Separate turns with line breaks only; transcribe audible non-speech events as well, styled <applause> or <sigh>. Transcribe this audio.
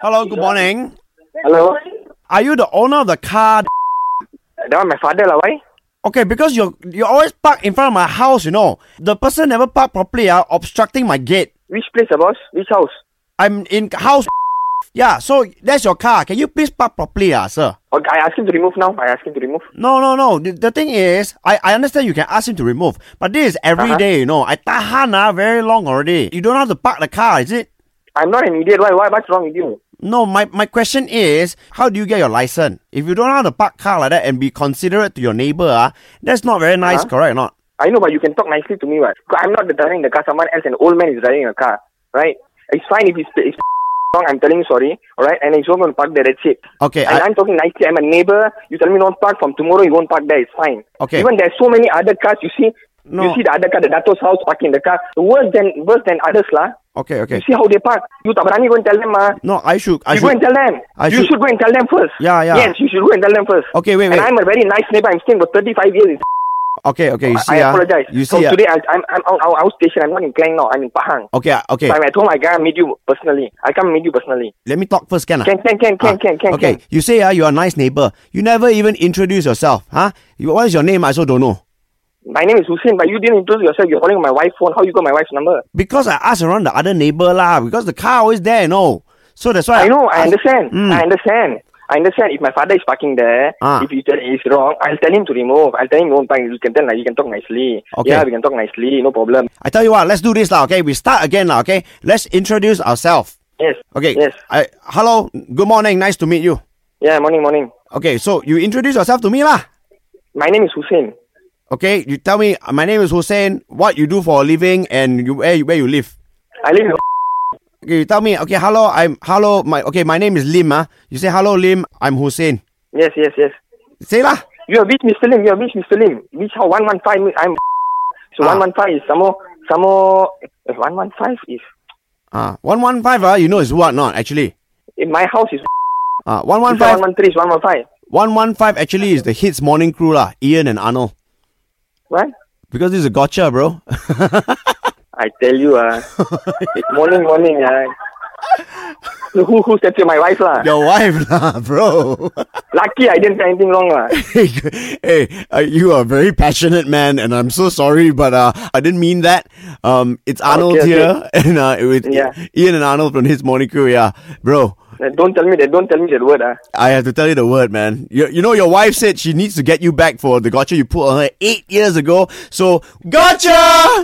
Hello, good morning.
Hello.
Are you the owner of the car?
That one my father lah. Why?
Okay, because you you always park in front of my house, you know. The person never park properly, uh, obstructing my gate.
Which place the boss? Which house?
I'm in house. Yeah, so that's your car. Can you please park properly, uh, sir?
Okay, I ask him to remove now. I ask him to remove.
No, no, no. The, the thing is, I, I understand you can ask him to remove, but this is every day,
Uh-huh.
you know. I tahan uh, very long already. You don't know how to park the car, is it?
I'm not an idiot. Why? Why? What's wrong with you?
No, my, my question is, how do you get your license? If you don't know how to park car like that and be considerate to your neighbor, uh, that's not very nice,
Huh?
correct or not?
I know, but you can talk nicely to me. What? I'm not driving the car. Someone else, an old man, is driving a car. Right? It's fine if it's, it's wrong. I'm telling you sorry. All right? And he's not going to park there. That's it.
Okay,
And
I,
I'm talking nicely. I'm a neighbor. You tell me not park from tomorrow. You won't park there. It's fine.
Okay.
Even there's so many other cars. You see.
No.
You see the other car, the Dato's house parking the car. Worse than worse than others lah.
okay,
You
okay.
see how they park. You Tabrani go and tell them ah.
No, I should, I
you go
should.
and tell them.
I
you
should-
should, go and tell them first.
Yeah, yeah.
Yes, you should go and tell them first.
Okay, wait,
And
wait.
I'm a very nice neighbor. I'm staying for 35 years. in
Okay, okay, you see,
I
ah,
apologize.
you
so
see, ah,
today I, I'm I'm out, out, out station. I'm not in Klang now. I'm in Pahang.
okay, ah, okay.
So I'm at home. I can't meet you personally. I can't meet you personally.
Let me talk first, can I? Ah.
Can can can can can can.
okay,
Can.
you say ah, you are a nice neighbor. You never even introduce yourself, huh? You, what is your name? I also don't know.
My name is Hussein, but you didn't introduce yourself. You're calling my wife's phone. How you got my wife's number?
Because I asked around the other neighbor lah. Because the car always there, you know. So that's why
I know. I understand.
Mm.
I understand. I understand. If my father is parking there,
Ah.
if you tell it's wrong, I'll tell him to remove. I'll tell him don't park. You can tell. like, You can talk nicely.
Okay.
Yeah, we can talk nicely. No problem.
I tell you what, let's do this lah. Okay, we start again lah. Okay, let's introduce ourselves.
Yes.
Okay.
Yes.
I, hello. Good morning. Nice to meet you.
Yeah. Morning. Morning.
Okay, so you introduce yourself to me lah.
My name is Hussein.
Okay, you tell me. uh, My name is Hussein. What you do for a living and you, where you, where you live?
I live in
Okay, you tell me. Okay, hello. I'm hello. My okay. My name is Lim. Ah, you say hello, Lim. I'm Hussein.
Yes, yes, yes.
Say lah.
You are which Mr. Lim? You are which Mr. Lim? Which how one one five? I'm so
Ah.
one one five is some more some more. eh, One one five is
Ah, one one five. Ah, you know is what not actually.
in my house is
Ah, one one
one
five.
one three is one one five.
One one five actually is the hits morning crew lah. Ian and Arnold.
What?
Because this is a gotcha, bro.
I tell
<laughs>
you, uh, it's morning, morning. Uh, so who who said to my wife lah?
Your wife lah, <laughs> bro.
Lucky I didn't say anything wrong lah.
hey, <laughs> hey, uh, you are a very passionate man, and I'm so sorry, but uh, I didn't mean that. Um, it's Arnold
okay.
here, <laughs> and uh, with
Yeah.
Ian and Arnold from his morning crew. Yeah, bro.
Uh, Don't tell me that. Don't tell me that word. Uh.
I have to tell you the word, man. You, you know, your wife said she needs to get you back for the gotcha you put on her eight years ago. So, gotcha!